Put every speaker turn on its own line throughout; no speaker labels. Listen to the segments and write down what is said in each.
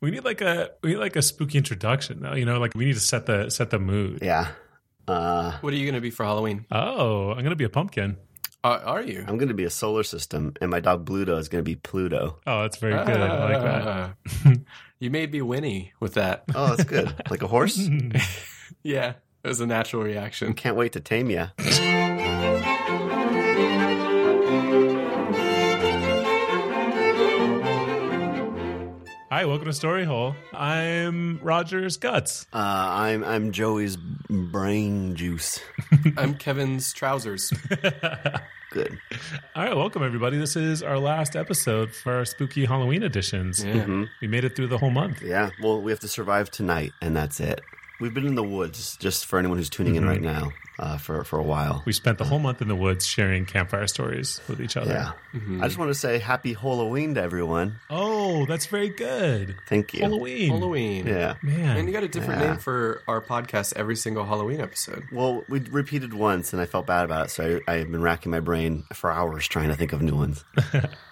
We need like a we need like a spooky introduction. though, You know, like we need to set the set the mood.
Yeah. Uh,
What are you going to be for Halloween?
Oh, I'm gonna be a pumpkin.
Are, are you?
I'm going to be a solar system, and my dog Bluto is going to be Pluto.
Oh, that's very good. I like that.
Ah. you made me whinny with that.
Oh, that's good. like a horse?
yeah, it was a natural reaction.
Can't wait to tame ya. Uh,
Hi, welcome to Story Hole. I'm Roger's guts.
Uh, I'm I'm Joey's brain juice.
I'm Kevin's trousers.
Good.
All right, welcome everybody. This is our last episode for our spooky Halloween editions.
Yeah.
We made it through the whole month.
Yeah. Well, we have to survive tonight, and that's it. We've been in the woods, just for anyone who's tuning in right now, uh, for for a while.
Mm-hmm. We spent the whole month in the woods sharing campfire stories with each other.
Yeah.
Mm-hmm.
I just want to say happy Halloween to everyone.
Oh, that's very good.
Thank you.
Halloween.
Halloween.
Yeah.
And you
Man.
got a different name for our podcast every single Halloween episode.
Well, we repeated once, and I felt bad about it, so I, I've been racking my brain for hours trying to think of new ones.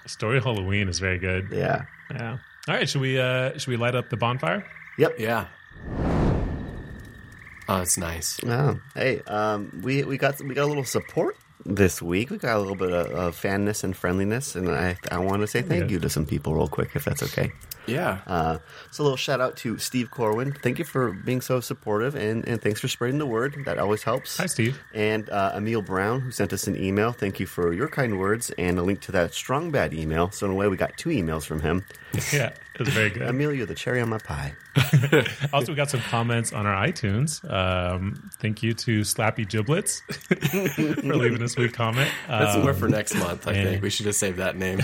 Story Halloween is very good.
Yeah.
Yeah. All right, should we uh should we light up the bonfire?
Yep.
Yeah. Oh, it's nice.
Oh, hey, um, we we got we got a little support this week. We got a little bit of, of fanness and friendliness, and I I want to say thank you to some people real quick, if that's okay.
Yeah.
Uh, so a little shout out to Steve Corwin. Thank you for being so supportive, and and thanks for spreading the word. That always helps.
Hi, Steve.
And uh, Emil Brown, who sent us an email. Thank you for your kind words and a link to that strong bad email. So in a way, we got two emails from him.
Yeah, it was very good.
Emil, you're the cherry on my pie.
Also, we got some comments on our iTunes. Um, thank you to Slappy Giblets for leaving us a sweet comment.
That's
Um,
more for next month, I
man.
think. We should just save that name.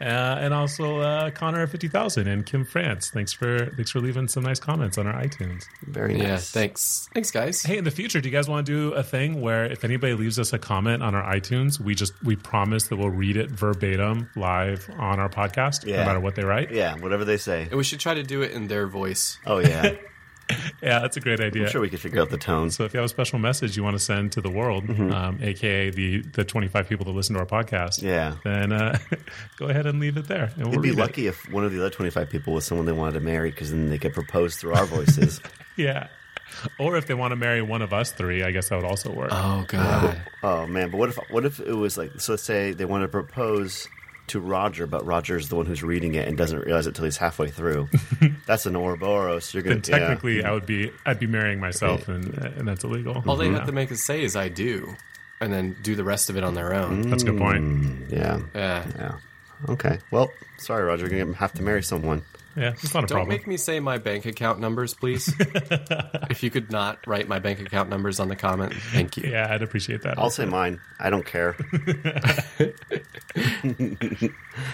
uh, and also uh, Connor fifty thousand and Kim France. Thanks for thanks for leaving some nice comments on our iTunes.
Very nice.
yeah. Thanks. Thanks, guys.
Hey, in the future, do you guys want to do a thing where if anybody leaves us a comment on our iTunes, we just we promise that we'll read it verbatim live on our podcast, no
Yeah.
matter what they write. Yeah,
Yeah, whatever they say.
And we should try to do it in their voice.
Oh yeah,
that's a great idea.
I'm sure we could figure out the tones.
So if you have a special message you want to send to the world,
Mm-hmm.
um, aka the the 25 people that listen to our podcast,
Yeah.
then uh, go ahead and leave it there. And we'll
We'd be
read it.
lucky if one of the other 25 people was someone they wanted to marry because then they could propose through our voices.
Yeah. Or if they want to marry one of us three, I guess that would also work.
Uh,
Oh, God.
oh man, but what if what if it was like so let's say they want to propose to Roger, but Roger's the one who's reading it and doesn't realize it till he's halfway through. That's an Ouroboros. You're gonna
then technically,
Mm-hmm.
I would be I'd be marrying myself, and uh, and that's illegal.
All they
Yeah.
have to make us say is I do, and then do the rest of it on their own.
Mm-hmm. that's a good
Mm.
point.
yeah. yeah.
Yeah.
Yeah. Okay. Well, sorry, Roger, you're gonna have to marry someone.
Yeah, it's not a
Don't
problem.
make me say my bank account numbers, please. if you could not write my bank account numbers on the comment, thank you.
yeah, I'd appreciate that.
I'll say mine. I don't care.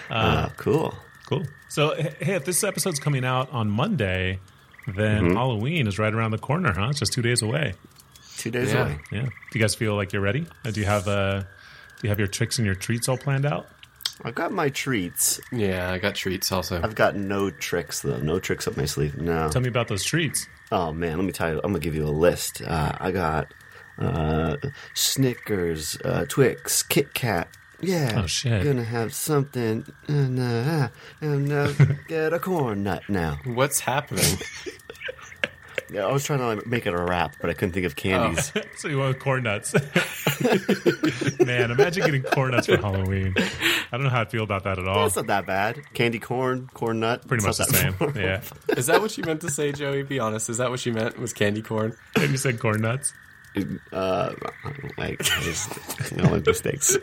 uh, cool.
Cool. So, h- hey, if this episode's coming out on Monday, then
Mm-hmm.
Halloween is right around the corner, huh? It's just two days away.
Two days
Yeah.
away.
Yeah. Do you guys feel like you're ready? Uh, Do you have uh, do you have your tricks and your treats all planned out?
I've got my treats.
Yeah, I got treats also.
I've got no tricks though. No tricks up my sleeve. No.
Tell me about those treats.
Oh man, let me tell you. I'm gonna give you a list. Uh, I got uh, Snickers, uh, Twix, Kit Kat. Yeah.
Oh, shit.
Gonna have something. And uh, and uh, get a corn nut now.
What's happening?
Yeah, I was trying to like, make it a wrap, but I couldn't think of candies.
So you want corn nuts? Man, imagine getting corn nuts for Halloween. I don't know how I feel about that at all.
That's not that bad. Candy corn, corn nut.
Pretty much
it's
the
not
same.
that-
Yeah.
Is that what you meant to say, Joey? Be honest. Is that what you meant? Was candy corn?
Have you said corn nuts?
Uh, I don't like, I just, I don't like mistakes.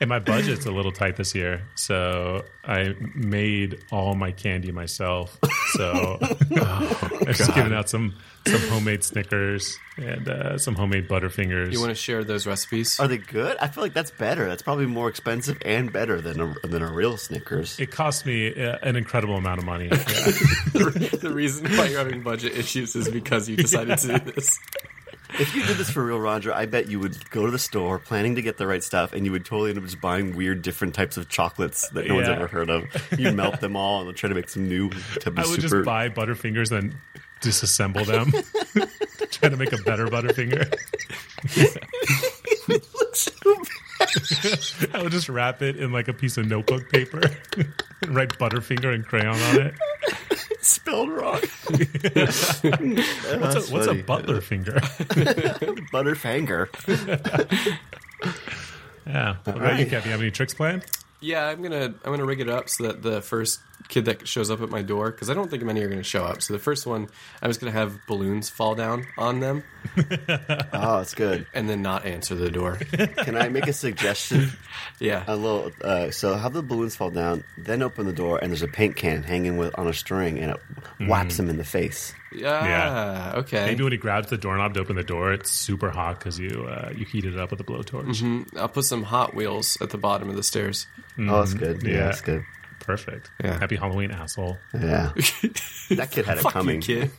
And my budget's a little tight this year, so I made all my candy myself. So I'm just giving out some some homemade Snickers and uh, some homemade Butterfingers.
You want to share those recipes?
Are they good? I feel like that's better. That's probably more expensive and better than a, than a real Snickers.
it cost me uh, an incredible amount of money. Yeah.
the reason why you're having budget issues is because you decided to do this.
If you did this for real, Roger, I bet you would go to the store planning to get the right stuff, and you would totally end up just buying weird, different types of chocolates that no one's
Yeah.
ever heard of. You melt them all and try to make some new to be
I would
super.
just buy Butterfingers and disassemble them, try to make a better Butterfinger.
It looks so bad.
I I would just wrap it in like a piece of notebook paper and write Butterfinger and crayon on it.
Spelled wrong.
What's a, what's a butler finger?
Butterfinger.
Yeah. What about you,
right.
Kev? You have any tricks planned?
Yeah, I'm gonna I'm gonna rig it up so that the first kid that shows up at my door, because I don't think many are gonna show up. So the first one, I was gonna have balloons fall down on them
Oh, it's good.
and then not answer the door.
Can I make a suggestion?
Yeah,
A little. Uh, so have the balloons fall down, then open the door, and there's a paint can hanging with on a string, and it
Mm.
whaps him in the face.
yeah,
Yeah.
okay.
Maybe when he grabs the doorknob to open the door, it's super hot because you uh, you heated it up with a blowtorch.
I'll put some Hot Wheels at the bottom of the stairs.
Oh, that's good.
Mm-hmm.
Yeah,
yeah.
that's good.
Perfect.
Yeah.
Happy Halloween, asshole.
Yeah, that kid had it
Fuck you,
coming.
kid.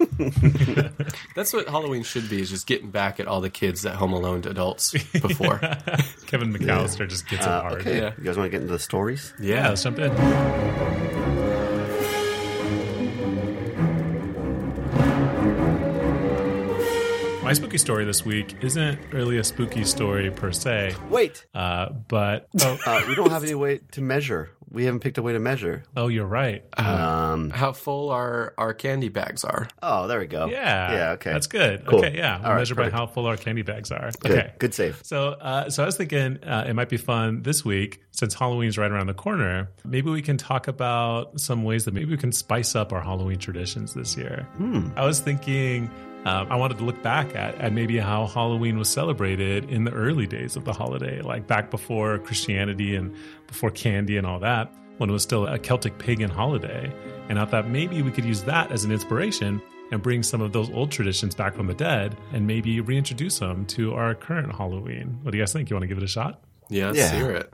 That's what Halloween should be: is just getting back at all the kids that Home Alone adults before.
Kevin McAllister just gets it
Uh,
hard.
okay,
Yeah.
you guys want to get into the stories?
Yeah, let's jump in. My spooky story this week isn't really a spooky story per se,
Wait,
uh, but oh,
uh, we don't have any way to measure. We haven't picked a way to measure.
oh, you're right.
Um.
How full our our candy bags are?
Oh, there we go.
Yeah,
Yeah. Okay.
that's good.
Cool.
Okay, yeah, we'll
All right,
measure by
perfect.
how full our candy bags are.
Good.
Okay,
Good save.
So, uh, so I was thinking uh, it might be fun this week since Halloween's right around the corner. Maybe we can talk about some ways that maybe we can spice up our Halloween traditions this year. I was thinking um, I wanted to look back at, at maybe how Halloween was celebrated in the early days of the holiday, like back before Christianity and before candy and all that, when it was still a Celtic pagan holiday. And I thought maybe we could use that as an inspiration and bring some of those old traditions back from the dead and maybe reintroduce them to our current Halloween. What do you guys think? You want to give it a shot?
Yeah, let's
Yeah.
hear it.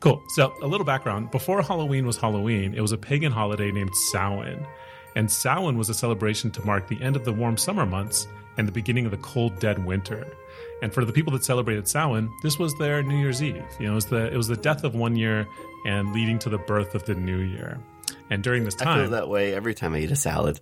Cool. So, a little background. Before Halloween was Halloween, it was a pagan holiday named Samhain. And Samhain was a celebration to mark the end of the warm summer months and the beginning of the cold, dead winter. And for the people that celebrated Samhain, this was their New Year's Eve. You know, it was the, it was the death of one year and leading to the birth of the new year. And during this
I feel
time,
that way every time I eat a salad.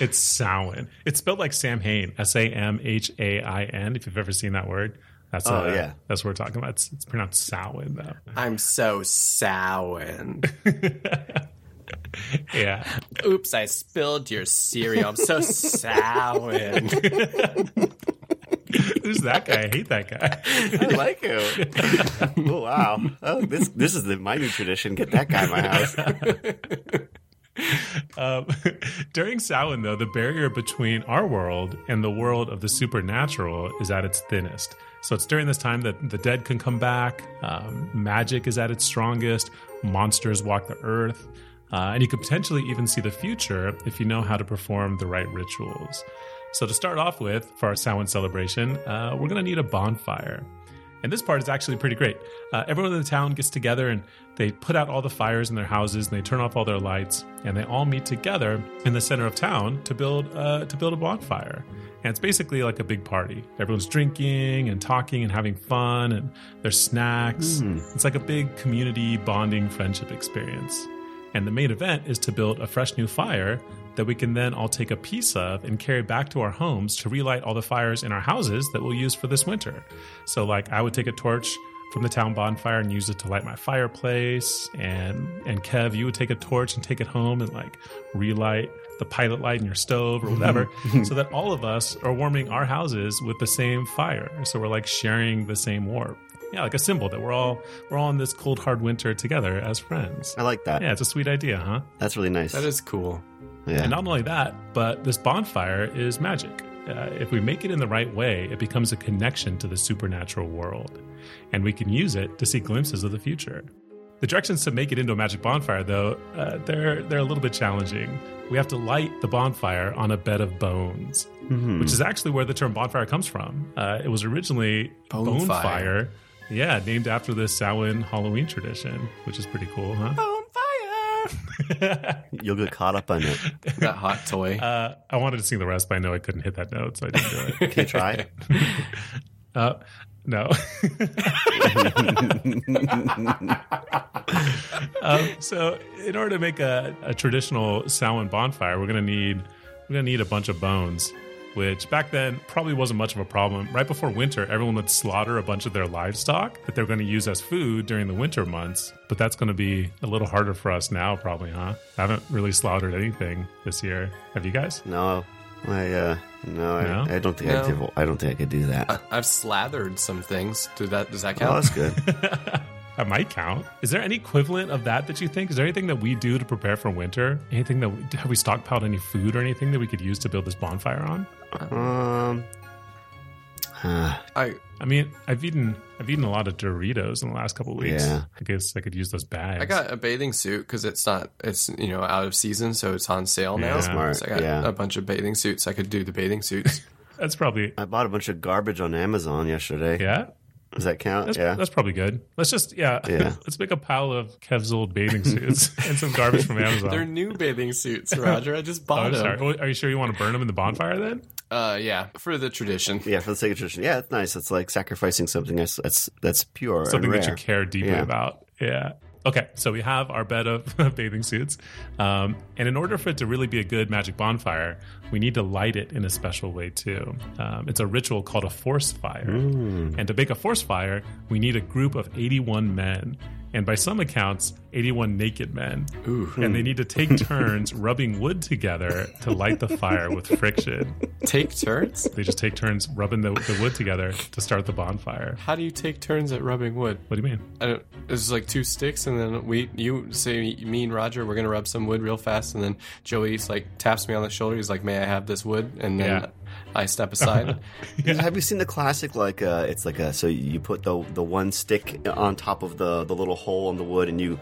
It's Samhain. It's spelled like Sam Hain, S A M H A I N. If you've ever seen that word, that's
Oh,
uh,
yeah.
that's what we're talking about. It's, it's pronounced Samhain though.
I'm so sour.
Yeah,
Oops, I spilled your cereal. I'm so sour.
who's that guy? I hate that guy.
I like you. oh wow. Oh, this this is the, my new tradition. Get that guy in my house.
Um, during Samhain, though, the barrier between our world and the world of the supernatural is at its thinnest. So it's during this time that the dead can come back, um, magic is at its strongest, monsters walk the earth, uh, and you could potentially even see the future if you know how to perform the right rituals. So to start off with, for our Samhain celebration, uh, we're going to need a bonfire. And this part is actually pretty great. Uh, everyone in the town gets together and they put out all the fires in their houses and they turn off all their lights and they all meet together in the center of town to build uh, to build a bonfire. And it's basically like a big party. Everyone's drinking and talking and having fun and there's snacks. It's like a big community bonding friendship experience. And the main event is to build a fresh new fire that we can then all take a piece of and carry back to our homes to relight all the fires in our houses that we'll use for this winter. So, like, I would take a torch from the town bonfire and use it to light my fireplace, and and Kev, you would take a torch and take it home and like relight the pilot light in your stove or whatever, so that all of us are warming our houses with the same fire. So we're like sharing the same warmth. Yeah, like a symbol that we're all we're all in this cold hard winter together as friends.
I like that.
Yeah, it's a sweet idea, huh?
That's really nice.
That is cool.
yeah.
And not only that, but this bonfire is magic. Uh, if we make it in the right way, it becomes a connection to the supernatural world, and we can use it to see glimpses of the future. The directions to make it into a magic bonfire, though, uh, they're they're a little bit challenging. We have to light the bonfire on a bed of bones,
Mm-hmm.
which is actually where the term bonfire comes from. Uh, it was originally
Bonefire.
bonfire. yeah, named after the Samhain Halloween tradition, which is pretty cool, huh?
You'll get caught up on it.
That hot toy.
Uh, I wanted to sing the rest, but I know I couldn't hit that note, so I didn't do it.
Can you try?
Uh, no. um, so, in order to make a, a traditional Samhain bonfire, we're gonna need we're gonna need a bunch of bones. which back then probably wasn't much of a problem. Right before winter, everyone would slaughter a bunch of their livestock that they're going to use as food during the winter months. But that's going to be a little harder for us now, probably, huh? I haven't really slaughtered anything this year. Have you guys?
No, I uh, no, Uh, I,
No?
I don't think
No.
I could. I don't think I could do that.
I've slathered some things. Do that? Does that
Oh,
count?
that's good.
That might count. Is there any equivalent of that that you think? Is there anything that we do to prepare for winter? Anything that we, have we stockpiled any food or anything that we could use to build this bonfire on?
Um,
I
I mean, I've eaten I've eaten a lot of Doritos in the last couple of weeks.
Yeah.
I guess I could use those bags.
I got a bathing suit because it's not it's you know out of season, so it's on sale now.
Yeah.
Smart,
So I got
yeah.
a bunch of bathing suits. I could do the bathing suits.
That's probably
I bought a bunch of garbage on Amazon yesterday.
yeah.
Does that count?
That's,
yeah.
that's probably good. Let's just yeah,
Yeah.
let's make a pile of Kev's old bathing suits and some garbage from
They're
Amazon.
new bathing suits, Roger. I just
Oh,
bought
I'm sorry.
them.
Oh, Are you sure you want to burn them in the bonfire then?
Uh, yeah, for the tradition.
yeah, for the sake of tradition. Yeah, it's nice. It's like sacrificing something that's that's, that's pure
something
and
that you
rare.
care deeply
Yeah.
about. Yeah. Okay, so we have our bed of bathing suits. Um, and in order for it to really be a good magic bonfire, we need to light it in a special way, too. Um, it's a ritual called a force fire.
Mm.
And to make a force fire, we need a group of 81 men. And by some accounts, 81 naked men.
Ooh.
Hmm.
And they need to take turns rubbing wood together to light the fire with friction.
Take turns.
They just take turns rubbing the, the wood together to start the bonfire.
How do you take turns at rubbing wood?
What do you mean?
I don't, it's just like two sticks, and then we, you say, me and Roger, we're gonna rub some wood real fast, and then Joey's like taps me on the shoulder. He's like, "May I have this wood?" And then
Yeah.
I step aside.
Have you seen the classic? Like, uh, it's like a so you put the the one stick on top of the the little hole in the wood, and you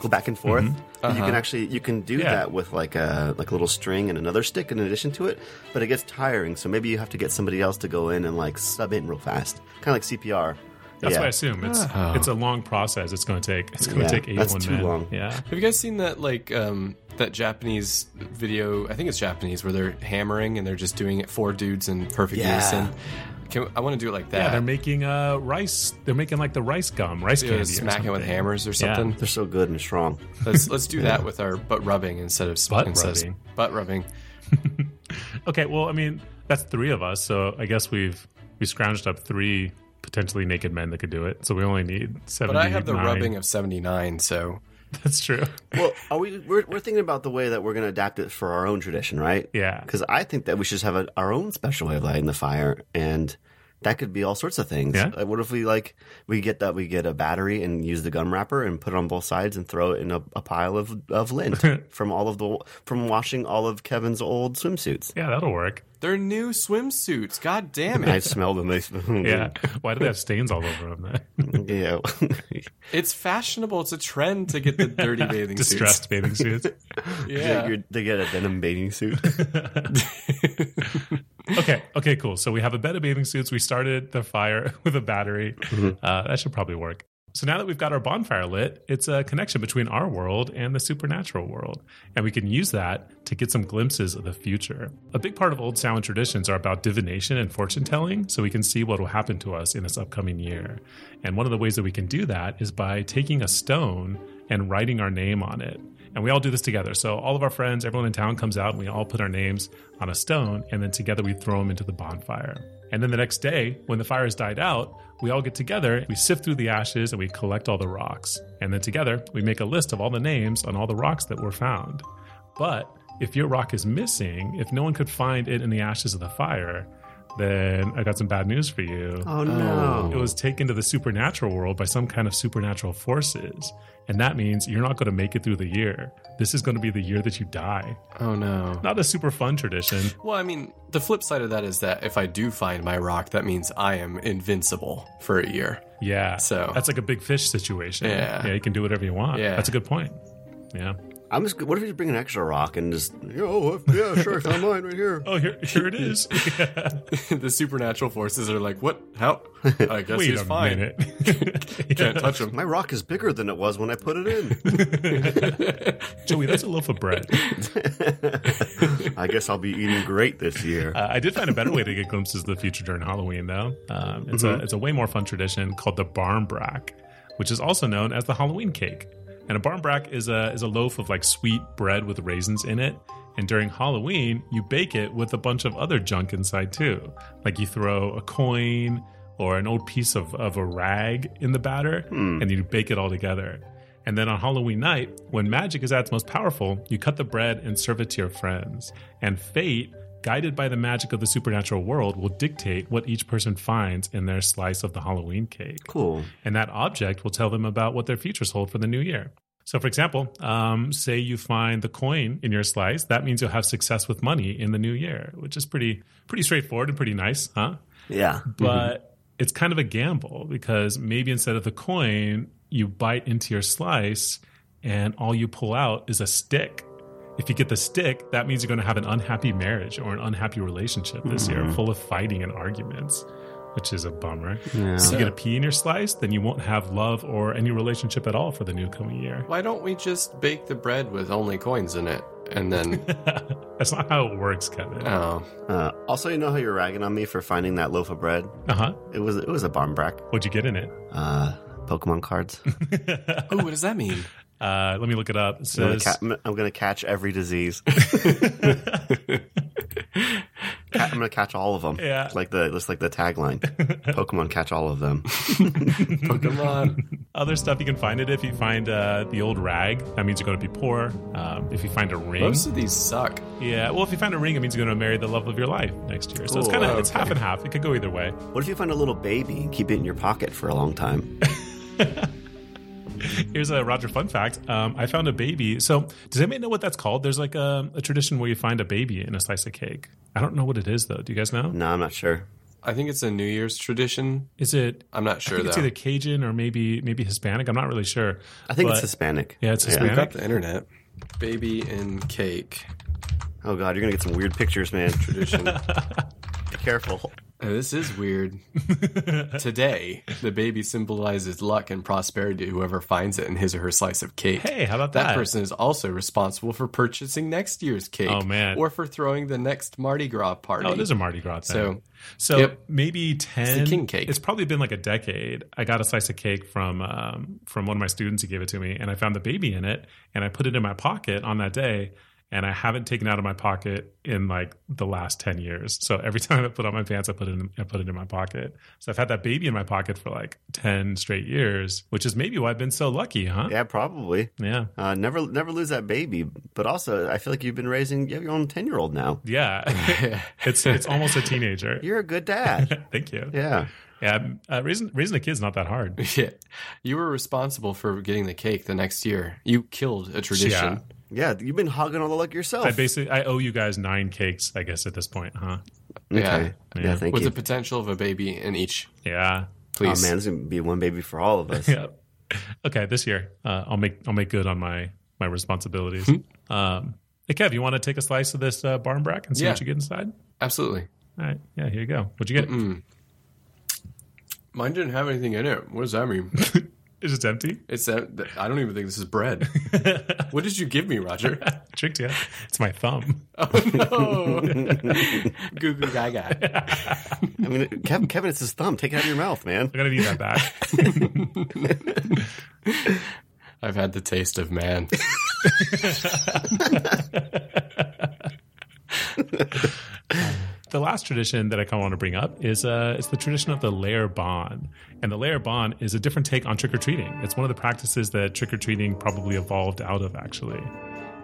go back and forth. You can actually you can do
Mm-hmm. Uh-huh. Yeah.
that with like a like a little string and another stick in addition to it, but it gets tiring. So maybe you have to get somebody else to go in and like sub in real fast, kind of like CPR.
That's
yeah. Ah. Oh.
what I assume. It's it's a long process. It's going to take. It's going to
Yeah,
take eighty-one
that's too
men.
long.
Yeah.
Have you guys seen that like um, that Japanese video? I think it's Japanese where they're hammering and they're just doing it four dudes in perfect
Yeah.
unison. Can, I want to do it like
Yeah,
that.
they're making uh, rice. They're making like the rice gum, rice
You know,
candy.
smack
or
it with
something.
hammers or
Yeah.
something.
They're so good and strong.
Let's let's do that with our butt rubbing instead of
Butt
instead of
rubbing.
butt rubbing.
Okay, well, I mean, that's three of us, so I guess we've we scrounged up three potentially naked men that could do it. So we only need seven.
But I have the rubbing of seventy nine, so
That's true.
Well, are we? We're, we're thinking about the way that we're going to adapt it for our own tradition, right?
Yeah.
Because I think that we should just have a, our own special way of lighting the fire, and that could be all sorts of things.
Yeah.
Like, what if we like we get that we get a battery and use the gum wrapper and put it on both sides and throw it in a, a pile of of lint from all of the from washing all of Kevin's old swimsuits.
Yeah, that'll work.
they're new swimsuits. God damn
I
it!
smelled them. They,
Yeah. Why do they have stains all over them?
yeah.
it's fashionable. It's a trend to get the dirty bathing
Distressed bathing suits.
suits.
yeah.
Yeah.
you're- They get a denim bathing suit.
okay. Okay. Cool. So we have a bed of bathing suits. We started the fire with a battery. Uh, that should probably work. So now that we've got our bonfire lit, it's a connection between our world and the supernatural world. And we can use that to get some glimpses of the future. A big part of old Samhain traditions are about divination and fortune telling, so we can see what will happen to us in this upcoming year. And one of the ways that we can do that is by taking a stone and writing our name on it. And we all do this together. So all of our friends, everyone in town comes out and we all put our names on a stone and then together we throw them into the bonfire. And then the next day, when the fire has died out, we all get together, we sift through the ashes and we collect all the rocks. And then together, we make a list of all the names on all the rocks that were found. But if your rock is missing, if no one could find it in the ashes of the fire, then I got some bad news for you.
Oh no.
It was taken to the supernatural world by some kind of supernatural forces. And that means you're not going to make it through the year. This is going to be the year that you die.
Oh no.
Not a super fun tradition.
Well, I mean, the flip side of that is that if I do find my rock, that means I am invincible for a year.
Yeah.
So-
that's like a big fish situation.
Yeah.
Yeah. You can do whatever you want.
Yeah.
That's a good point. Yeah.
I'm just. What if you bring an extra rock and just? Yo, yeah, sure, it's on mine right here.
Oh, here, here it is.
the supernatural forces are like, what? How? I guess
Wait
he's
a
fine.
minute.
Can't touch him.
My rock is bigger than it was when I put it in.
Joey, that's a loaf of bread.
I guess I'll be eating great this year.
Uh, I did find a better way to get glimpses of the future during Halloween, though. Um, it's a it's a way more fun tradition called the Barmbrack, which is also known as the Halloween cake. And a barn brack is a is a loaf of like sweet bread with raisins in it. And during Halloween, you bake it with a bunch of other junk inside too. Like you throw a coin or an old piece of, of a rag in the batter and you bake it all together. And then on Halloween night, when magic is at its most powerful, you cut the bread and serve it to your friends. And fate, guided by the magic of the supernatural world, will dictate what each person finds in their slice of the Halloween cake
Cool.
and that object will tell them about what their futures hold for the new year. So, for example, um, say you find the coin in your slice, that means you'll have success with money in the new year, which is pretty pretty straightforward and pretty nice, huh?
Yeah.
But it's kind of a gamble because maybe instead of the coin, you bite into your slice and all you pull out is a stick. If you get the stick, that means you're going to have an unhappy marriage or an unhappy relationship this year, full of fighting and arguments, which is a bummer. So you get a pea in your slice, then you won't have love or any relationship at all for the new coming year.
Why don't we just bake the bread with only coins in it? And then,
That's not how it works, Kevin. Uh
oh,
Uh, also, you know how you're ragging on me for finding that loaf of bread?
huh.
It was it was a barn brack.
Uh-huh. What'd you get in it?
Uh, Pokemon cards.
oh, what does that mean?
Uh, let me look it up. It
I'm, gonna
says,
ca- I'm- I'm gonna catch every disease. Ca- I'm gonna catch all of them.
Yeah.
Like the just like the tagline, Pokemon catch all of them.
Pokemon.
Other stuff you can find it if you find uh, the old rag, that means you're going to be poor. Um, if you find a ring,
Most of these suck.
yeah. Well, if you find a ring, it means you're going to marry the love of your life next year. So it's
Cool,
kind of
okay.
it's half and half. It could go either way.
What if you find a little baby and keep it in your pocket for a long time?
Here's a Roger fun fact. Um, I found a baby. So does anybody know what that's called? There's like a, a tradition where you find a baby in a slice of cake. I don't know what it is though. Do you guys know?
No, I'm not sure.
I think it's a New Year's tradition.
Is it?
I'm not
I
sure
think it's
though.
either Cajun or maybe maybe Hispanic. I'm not really sure.
I think
But-
it's Hispanic.
Yeah, it's
We've
Hispanic.
got the internet. Baby and cake
Oh god, you're gonna get some weird pictures, man.
tradition.
Be careful.
Uh, This is weird. Today, the baby symbolizes luck and prosperity to whoever finds it in his or her slice of cake.
Hey, how about
that,
that?
person is also responsible for purchasing next year's cake.
Oh, man.
Or for throwing the next Mardi Gras party.
Oh, it is a Mardi Gras thing.
So,
So
Yep.
maybe ten.
It's the king cake.
It's probably been like a decade. I got a slice of cake from um, from one of my students. He gave it to me, and I found the baby in it, and I put it in my pocket on that day, and I haven't taken it out of my pocket in like the last ten years. So every time I put on my pants, I put it in, I put it in my pocket. So I've had that baby in my pocket for like ten straight years, which is maybe why I've been so lucky, huh?
Yeah, probably.
Yeah.
Uh, never, never lose that baby. But also, I feel like you've been raising you have your own ten year old now.
Yeah. it's it's almost a teenager.
You're a good dad.
Thank you.
yeah.
Yeah. Uh, raising raising a kid's not that hard.
yeah. You were responsible for getting the cake the next year. You killed a tradition.
Yeah, you've been hogging all the luck yourself.
I basically I owe you guys nine cakes, I guess, at this point, huh?
Yeah.
Okay. Yeah,
Yeah.
thank
With
you.
the potential of a baby in each,
Yeah.
oh man,
please.
there's gonna be one baby for all of us.
Yeah. Okay, this year uh, I'll make I'll make good on my my responsibilities. um, hey Kev, you want to take a slice of this uh, barn brack and see
Yeah.
what you get inside?
Absolutely.
All right, yeah, here you go. What'd you get?
Mine didn't have anything in it. What does that mean?
Is it empty?
It's that I don't even think this is bread. what did you give me, Roger?
Tricked you. It's my thumb.
No. goo goo gaga.
I mean, Kevin, Kevin, it's his thumb. Take it out of your mouth, man.
I'm gonna need that back.
I've had the taste of man.
the last tradition that I kind of want to bring up is uh, it's the tradition of the layer bond, and the layer bond is a different take on trick or treating. It's one of the practices that trick or treating probably evolved out of, actually.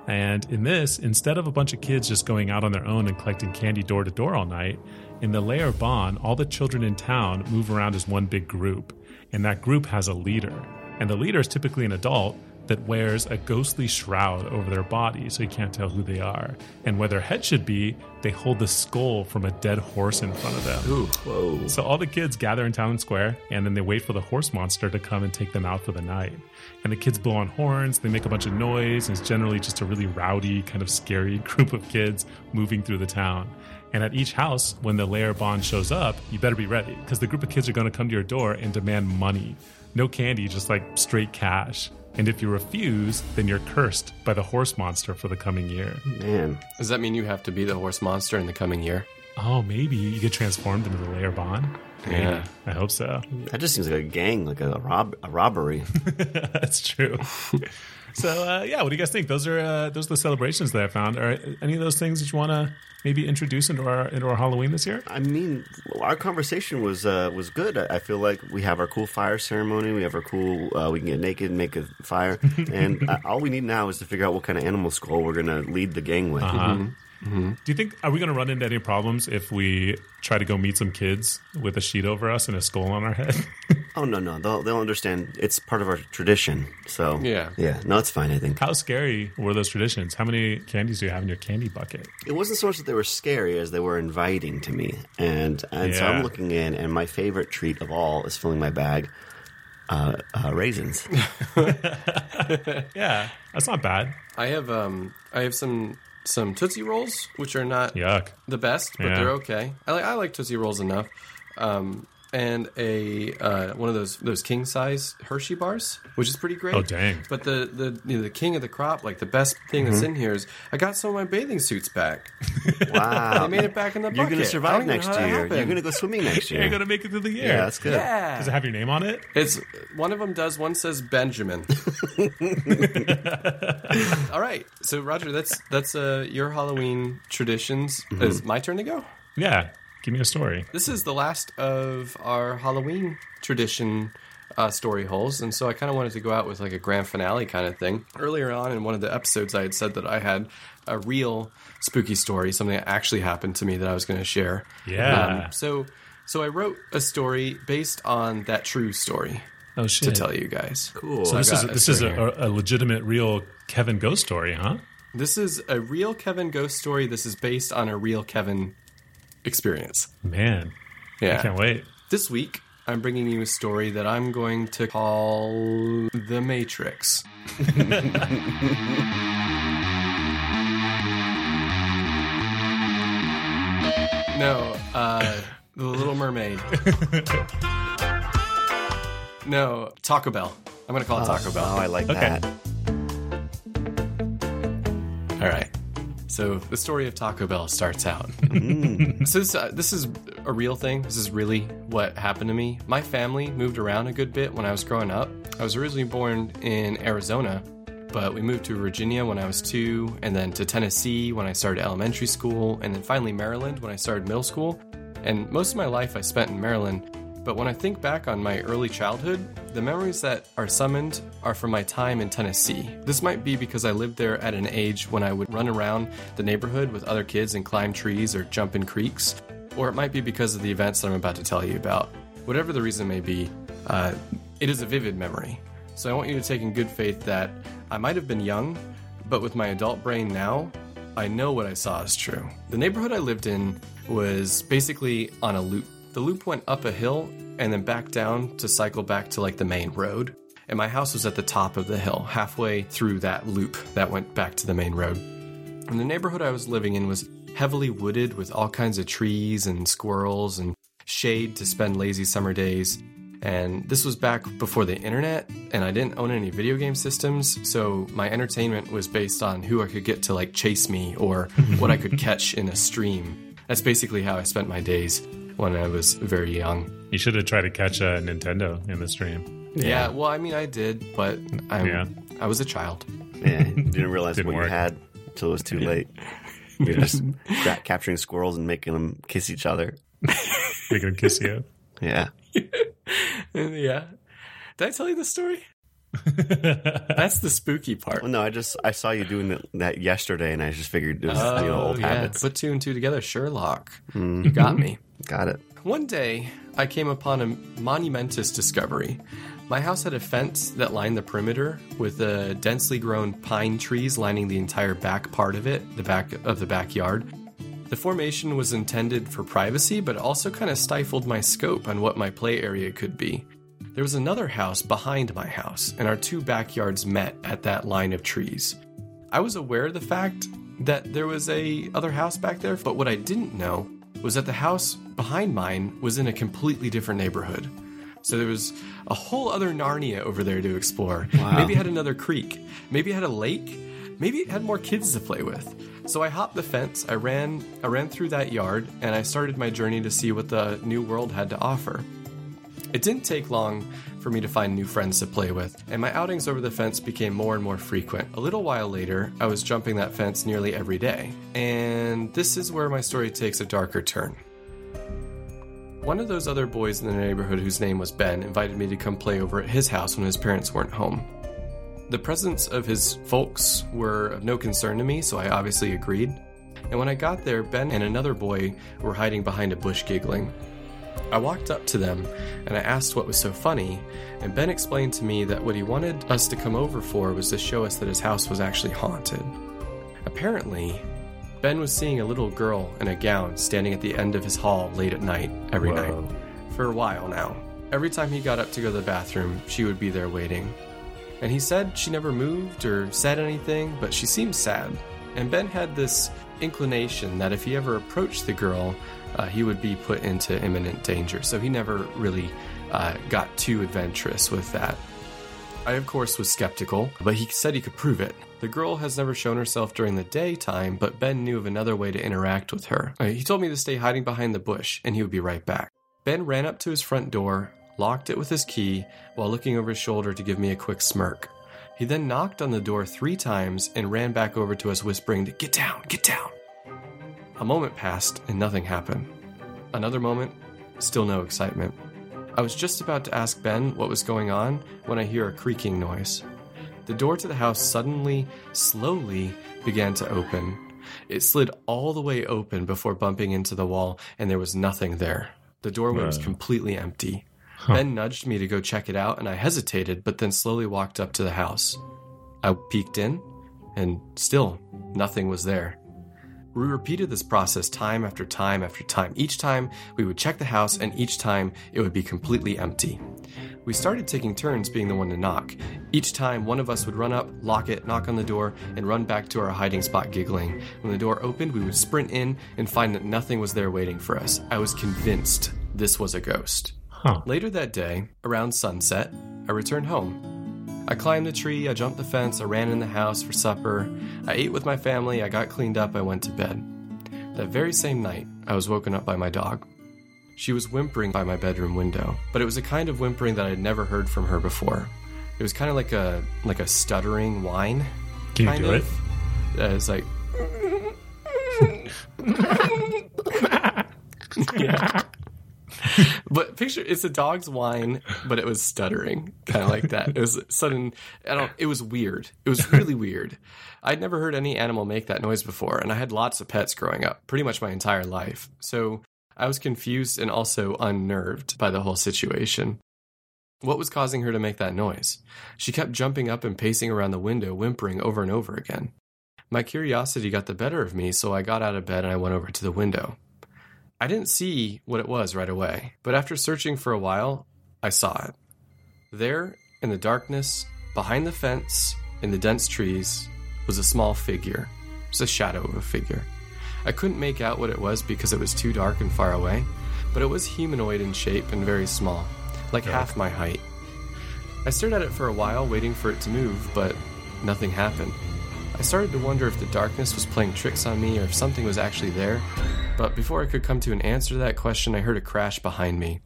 And in this, instead of a bunch of kids just going out on their own and collecting candy door to door all night, in the layer bond, all the children in town move around as one big group, and that group has a leader, and the leader is typically an adult. That wears a ghostly shroud over their body so you can't tell who they are. And where their head should be, they hold the skull from a dead horse in front of them.
Whoa.
So all the kids gather in town square, and then they wait for the horse monster to come and take them out for the night. And the kids blow on horns, they make a bunch of noise, and it's generally just a really rowdy, kind of scary group of kids moving through the town. And at each house, when the layer bond shows up, you better be ready, because the group of kids are going to come to your door and demand money. No candy, just like straight cash. And if you refuse, then you're cursed by the horse monster for the coming year.
Man,
Does that mean you have to be the horse monster in the coming year?
Oh, maybe you get transformed into the layer bond.
Yeah.
I hope so.
That just seems like a gang, like a rob a robbery.
That's true. so uh, yeah, what do you guys think? Those are uh, those are the celebrations that I found. Are any of those things that you want to maybe introduce into our into our Halloween this year?
I mean, our conversation was uh, was good. I, I feel like we have our cool fire ceremony. We have our cool. Uh, we can get naked and make a fire. and uh, all we need now is to figure out what kind of animal skull we're gonna lead the gang with.
Uh-huh.
Mm-hmm.
Do you think are we going to run into any problems if we try to go meet some kids with a sheet over us and a skull on our head?
Oh no, no, they'll they'll understand. It's part of our tradition. So
Yeah.
yeah. No, it's fine. I think
How scary were those traditions? How many candies do you have in your candy bucket?
it wasn't so much that they were scary as they were inviting to me. And and so
Yeah.
I'm looking in, and my favorite treat of all is filling my bag. Uh, uh, raisins.
Yeah, that's not bad.
I have um I have some some tootsie rolls which are not
Yuck.
the best, but
Yeah.
they're okay. I like I like tootsie rolls enough. Um and a uh, one of those those king size Hershey bars, which is pretty great.
Oh, dang. Mm-hmm.
But the the you know, the king of the crop, like the best thing that's in here is I got some of my bathing suits back. I
Wow,
made it back in the bucket.
you're gonna
I
survive
don't even
next
know how that
year. You're
happened.
gonna go swimming next year.
You're going to make it through the year.
yeah, that's good.
Yeah.
Does it have your name on it?
It's one of them does. One says Benjamin. All right, so Roger, that's that's uh, your Halloween traditions.
Mm-hmm.
Is my turn to go?
Yeah. Give me a story.
This is the last of our Halloween tradition uh, story holes, and so I kind of wanted to go out with like a grand finale kind of thing. Earlier on in one of the episodes, I had said that I had a real spooky story, something that actually happened to me that I was going to share. Um,
Yeah.
so, so I wrote a story based on that true story
Oh
to
shit.
tell you guys.
Cool.
So
This
I
is
got a
this is
story here.
a, a legitimate, real Kevin ghost story, huh?
This is a real Kevin ghost story. This is based on a real Kevin experience.
Man, I
Yeah.
can't wait.
This week, I'm bringing you a story that I'm going to call The Matrix. no, uh, The Little Mermaid. no, Taco Bell. I'm going to call it Taco Bell.
Oh, I like
Okay.
that.
All right. So the story of Taco Bell starts out. so this, uh, this is a real thing. This is really what happened to me. My family moved around a good bit when I was growing up. I was originally born in Arizona, but we moved to Virginia when I was two, and then to Tennessee when I started elementary school, and then finally Maryland when I started middle school. And most of my life I spent in Maryland. But when I think back on my early childhood, the memories that are summoned are from my time in Tennessee. This might be because I lived there at an age when I would run around the neighborhood with other kids and climb trees or jump in creeks, or it might be because of the events that I'm about to tell you about. Whatever the reason may be, uh, it is a vivid memory. So I want you to take in good faith that I might have been young, but with my adult brain now, I know what I saw is true. The neighborhood I lived in was basically on a loop. The loop went up a hill and then back down to cycle back to like the main road. And my house was at the top of the hill, halfway through that loop that went back to the main road. And the neighborhood I was living in was heavily wooded with all kinds of trees and squirrels and shade to spend lazy summer days. And this was back before the internet, and I didn't own any video game systems, so my entertainment was based on who I could get to like chase me or what I could catch in a stream. That's basically how I spent my days when I was very young.
You should have tried to catch a Nintendo in the stream.
Yeah, well, I mean, I did, but I'm,
Yeah.
I was a child.
Yeah, didn't realize
Didn't
what
work.
you had until it was too late. You're just gra- capturing squirrels and making them kiss each other.
They could kiss you.
Yeah,
yeah. Did I tell you this story? That's the spooky part.
Well, no, I just I saw you doing that, that yesterday, and I just figured it was
Oh,
you know old
yeah.
habits. Mm-hmm.
Put two and two together, Sherlock. You got me.
Got it.
One day, I came upon a monumentous discovery. My house had a fence that lined the perimeter with uh, densely grown pine trees lining the entire back part of it, the back of the backyard. The formation was intended for privacy, but also kind of stifled my scope on what my play area could be. There was another house behind my house, and our two backyards met at that line of trees. I was aware of the fact that there was a other house back there, but what I didn't know was that the house behind mine was in a completely different neighborhood. So there was a whole other Narnia over there to explore. Maybe it had another creek. Maybe it had a lake. Maybe it had more kids to play with. So I hopped the fence, I ran I ran through that yard, and I started my journey to see what the new world had to offer. It didn't take long for me to find new friends to play with, and my outings over the fence became more and more frequent. A little while later, I was jumping that fence nearly every day. And this is where my story takes a darker turn. One of those other boys in the neighborhood whose name was Ben invited me to come play over at his house when his parents weren't home. The presence of his folks were of no concern to me, so I obviously agreed. And when I got there, Ben and another boy were hiding behind a bush giggling. I walked up to them and I asked what was so funny, and Ben explained to me that what he wanted us to come over for was to show us that his house was actually haunted. Apparently, Ben was seeing a little girl in a gown standing at the end of his hall late at night every
Whoa.
night for a while now. Every time he got up to go to the bathroom, she would be there waiting. And he said she never moved or said anything, but she seemed sad. And Ben had this inclination that if he ever approached the girl, uh, he would be put into imminent danger. So he never really uh, got too adventurous with that. I, of course, was skeptical, but he said he could prove it. The girl has never shown herself during the daytime, but Ben knew of another way to interact with her. Uh, He told me to stay hiding behind the bush, and he would be right back. Ben ran up to his front door, locked it with his key, while looking over his shoulder to give me a quick smirk. He then knocked on the door three times and ran back over to us, whispering, to, Get down, get down. A moment passed and nothing happened. Another moment, still no excitement. I was just about to ask Ben what was going on when I hear a creaking noise. The door to the house suddenly, slowly began to open. It slid all the way open before bumping into the wall, and there was nothing there. The doorway was
Wow.
completely empty. Ben nudged me to go check it out, and I hesitated, but then slowly walked up to the house. I peeked in, and still nothing was there. We repeated this process time after time after time. Each time we would check the house, and each time it would be completely empty. We started taking turns being the one to knock. Each time, one of us would run up, lock it, knock on the door, and run back to our hiding spot giggling. When the door opened, we would sprint in and find that nothing was there waiting for us. I was convinced this was a ghost.
Huh.
Later that day, around sunset, I returned home. I climbed the tree, I jumped the fence, I ran in the house for supper. I ate with my family, I got cleaned up, I went to bed. That very same night, I was woken up by my dog. She was whimpering by my bedroom window, but it was a kind of whimpering that I had never heard from her before. It was kind of like a like a stuttering whine.
Can you
kind
do
of. Uh, it's like yeah. But picture it's a dog's whine, but it was stuttering, kind of like that. It was sudden. I don't. It was weird. It was really weird. I'd never heard any animal make that noise before, and I had lots of pets growing up, pretty much my entire life. So I was confused and also unnerved by the whole situation. What was causing her to make that noise? She kept jumping up and pacing around the window, whimpering over and over again. My curiosity got the better of me, so I got out of bed and I went over to the window. I didn't see what it was right away, but after searching for a while, I saw it. There, in the darkness, behind the fence, in the dense trees, was a small figure. It was a shadow of a figure. I couldn't make out what it was because it was too dark and far away, but it was humanoid in shape and very small, like half my height. I stared at it for a while, waiting for it to move, but nothing happened. I started to wonder if the darkness was playing tricks on me or if something was actually there, but before I could come to an answer to that question, I heard a crash behind me.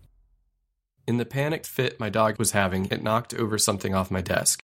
In the panicked fit my dog was having, it knocked over something off my desk.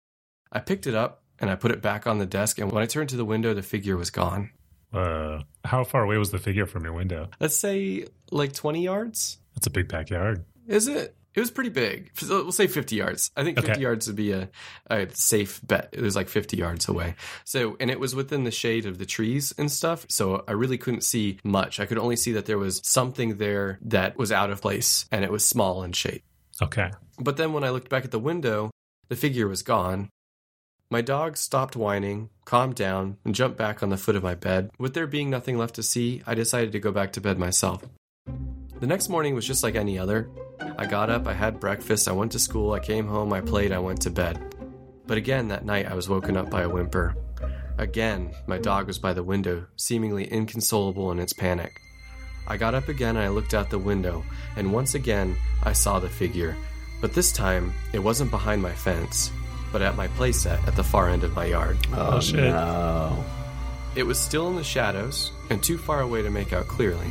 I picked it up and I put it back on the desk, and when I turned to the window, the figure was gone.
Uh, how far away was the figure from your window?
Let's say like 20 yards?
That's a big backyard.
Is it? It was pretty big. So We'll say 50 yards. I think 50
Okay.
yards would be a, a safe bet. It was like 50 yards away. So, and it was within the shade of the trees and stuff. So I really couldn't see much. I could only see that there was something there that was out of place and it was small in shape.
Okay.
But then when I looked back at the window, the figure was gone. My dog stopped whining, calmed down, and jumped back on the foot of my bed. With there being nothing left to see, I decided to go back to bed myself. The next morning was just like any other. I got up, I had breakfast, I went to school, I came home, I played, I went to bed. But again, that night I was woken up by a whimper. Again, my dog was by the window, seemingly inconsolable in its panic. I got up again and I looked out the window, and once again I saw the figure, but this time it wasn't behind my fence. but at my playset at the far end of my yard.
Oh, shit.
No.
It was still in the shadows and too far away to make out clearly.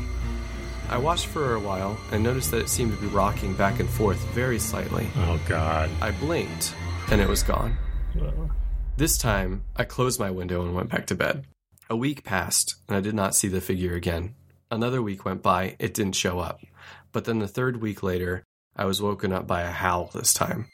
I watched for a while and noticed that it seemed to be rocking back and forth very slightly.
Oh god.
I blinked and it was gone. This time, I closed my window and went back to bed. A week passed and I did not see the figure again. Another week went by, it didn't show up. But then the third week later, I was woken up by a howl this time.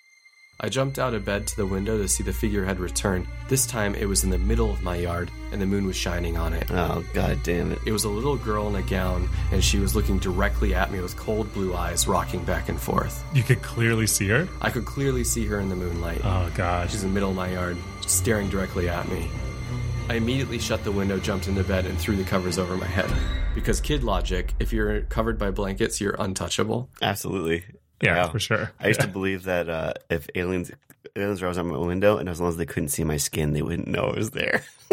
I jumped out of bed to the window to see the figure had returned. This time it was in the middle of my yard and the moon was shining on it.
Oh, god damn it.
It was a little girl in a gown, and she was looking directly at me with cold blue eyes rocking back and forth.
You could clearly see her.
I could clearly see her in the moonlight.
Oh gosh.
She's in the middle of my yard, staring directly at me. I immediately shut the window, jumped into bed, and threw the covers over my head. Because kid logic, if you're covered by blankets, you're untouchable.
Absolutely.
Yeah,
Wow.
for sure.
I used to believe that uh, if aliens aliens were always on my window, and as long as they couldn't see my skin, they wouldn't know it was there.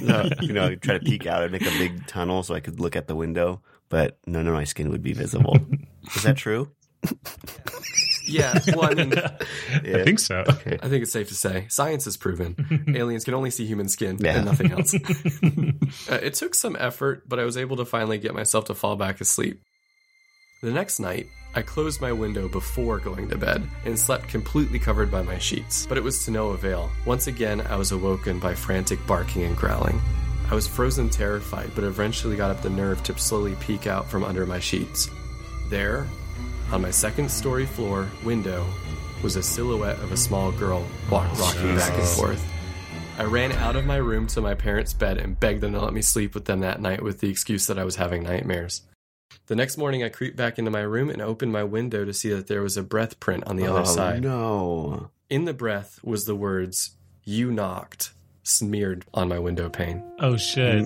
so, you know, I'd try to peek out. I'd make a big tunnel so I could look at the window, but none of my skin would be visible. Is that true?
Yeah, well, I mean,
I think so.
I think it's safe to say science has proven aliens can only see human skin
Yeah.
and nothing else. Uh, it took some effort, but I was able to finally get myself to fall back asleep. The next night, I closed my window before going to bed and slept completely covered by my sheets, but it was to no avail. Once again, I was awoken by frantic barking and growling. I was frozen terrified, but eventually got up the nerve to slowly peek out from under my sheets. There, on my second story floor window, was a silhouette of a small girl walk,
Oh,
rocking back and forth. I ran out of my room to my parents' bed and begged them to let me sleep with them that night with the excuse that I was having nightmares. The next morning, I creeped back into my room and opened my window to see that there was a breath print on the
oh,
other side.
No.
In the breath was the words, You knocked, smeared on my window pane.
Oh shit.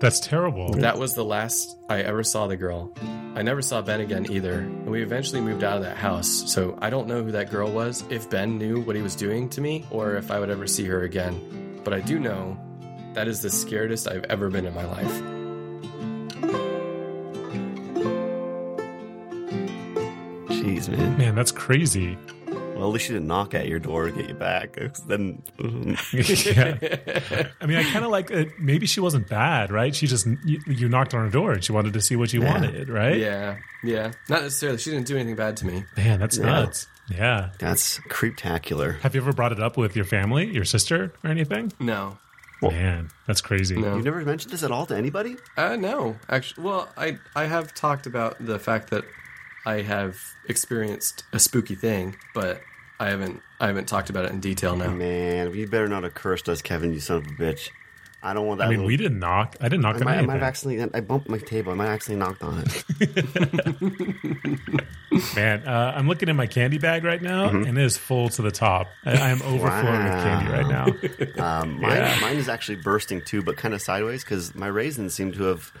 That's terrible.
That was the last I ever saw the girl. I never saw Ben again either, and we eventually moved out of that house, so I don't know who that girl was, if Ben knew what he was doing to me, or if I would ever see her again. But I do know that is the scaredest I've ever been in my life.
Jeez, man.
Man, that's crazy.
Well, at least she didn't knock at your door to get you back. 'cause Then, mm-hmm.
yeah. I mean, I kind of like it. Maybe she wasn't bad, right? She just you, you knocked on her door and she wanted to see what you
Yeah.
wanted, right?
Yeah, yeah. Not necessarily. She didn't do anything bad to me.
Man, that's
Yeah.
nuts. Yeah.
that's creeptacular.
Have you ever brought it up with your family, your sister, or anything?
No.
Man, that's crazy.
No.
You never mentioned this at all to anybody?
Uh, no, actually. Well, I I have talked about the fact that I have experienced a spooky thing, but I haven't I haven't talked about it in detail now.
Man, you better not have cursed us, Kevin, you son of a bitch. I don't want that.
I mean,
little-
we didn't knock. I didn't knock
I
on
might, I
anything.
might have accidentally, I bumped my table. I might have accidentally knocked on it.
Man, uh, I'm looking in my candy bag right now,
Mm-hmm.
and it is full to the top. I, I am overflowing with candy right now.
Um, mine, mine is actually bursting too, but kind of sideways because my raisins seem to have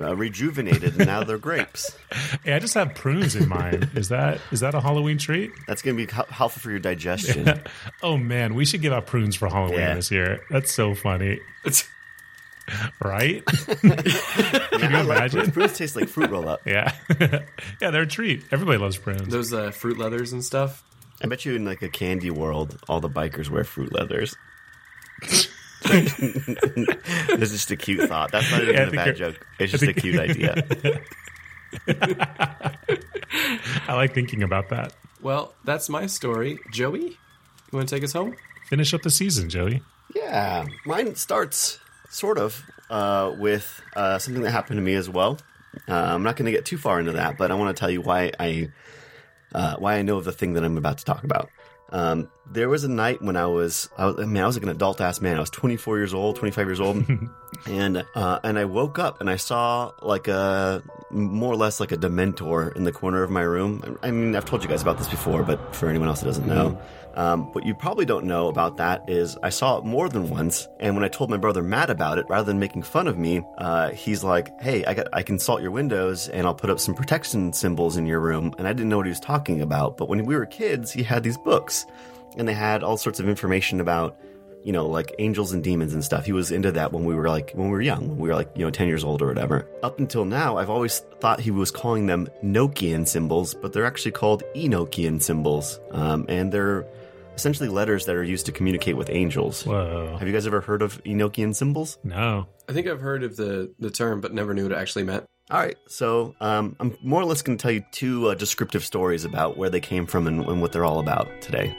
uh, rejuvenated and now they're grapes.
hey, I just have prunes in mine. Is that is that a Halloween treat?
That's going to be hel- helpful for your digestion.
Oh man, we should give out prunes for Halloween
Yeah.
this year. That's so funny, right? Can you
Prunes,
imagine?
prunes taste like fruit roll up.
Yeah, yeah, they're a treat. Everybody loves prunes.
Those uh, fruit leathers and stuff.
I bet you in like a candy world, all the bikers wear fruit leathers. this is just a cute thought. That's not even
Yeah, I
a
think
bad
you're-
joke. It's just a cute idea.
I like thinking about that.
Well, that's my story. Joey, you want to take us home?
Finish up the season, Joey.
Yeah, mine starts sort of uh, with uh, something that happened to me as well. Uh, I'm not going to get too far into that, but I want to tell you why I uh, why I know of the thing that I'm about to talk about. Um, there was a night when I was, I was, I mean, I was like an adult ass man. I was 24 years old, 25 years old, and uh, and I woke up and I saw like a more or less like a Dementor in the corner of my room. I I mean, I've told you guys about this before, but for anyone else that doesn't know, um, what you probably don't know about that is I saw it more than once. And when I told my brother Matt about it, rather than making fun of me, uh, he's like, "Hey, I got I can salt your windows and I'll put up some protection symbols in your room." And I didn't know what he was talking about, but when we were kids, he had these books, and they had all sorts of information about you know, like angels and demons and stuff. He was into that when we were like when we were young, when we were like, you know, 10 years old or whatever. Up until now, I've always thought he was calling them Nokian symbols, but they're actually called Enochian symbols. Um, and they're essentially letters that are used to communicate with angels.
Whoa.
Have you guys ever heard of Enochian symbols?
No.
I think I've heard of the, the term, but never knew what it actually meant.
All right, so um, I'm more or less going to tell you two uh, descriptive stories about where they came from and, and what they're all about today.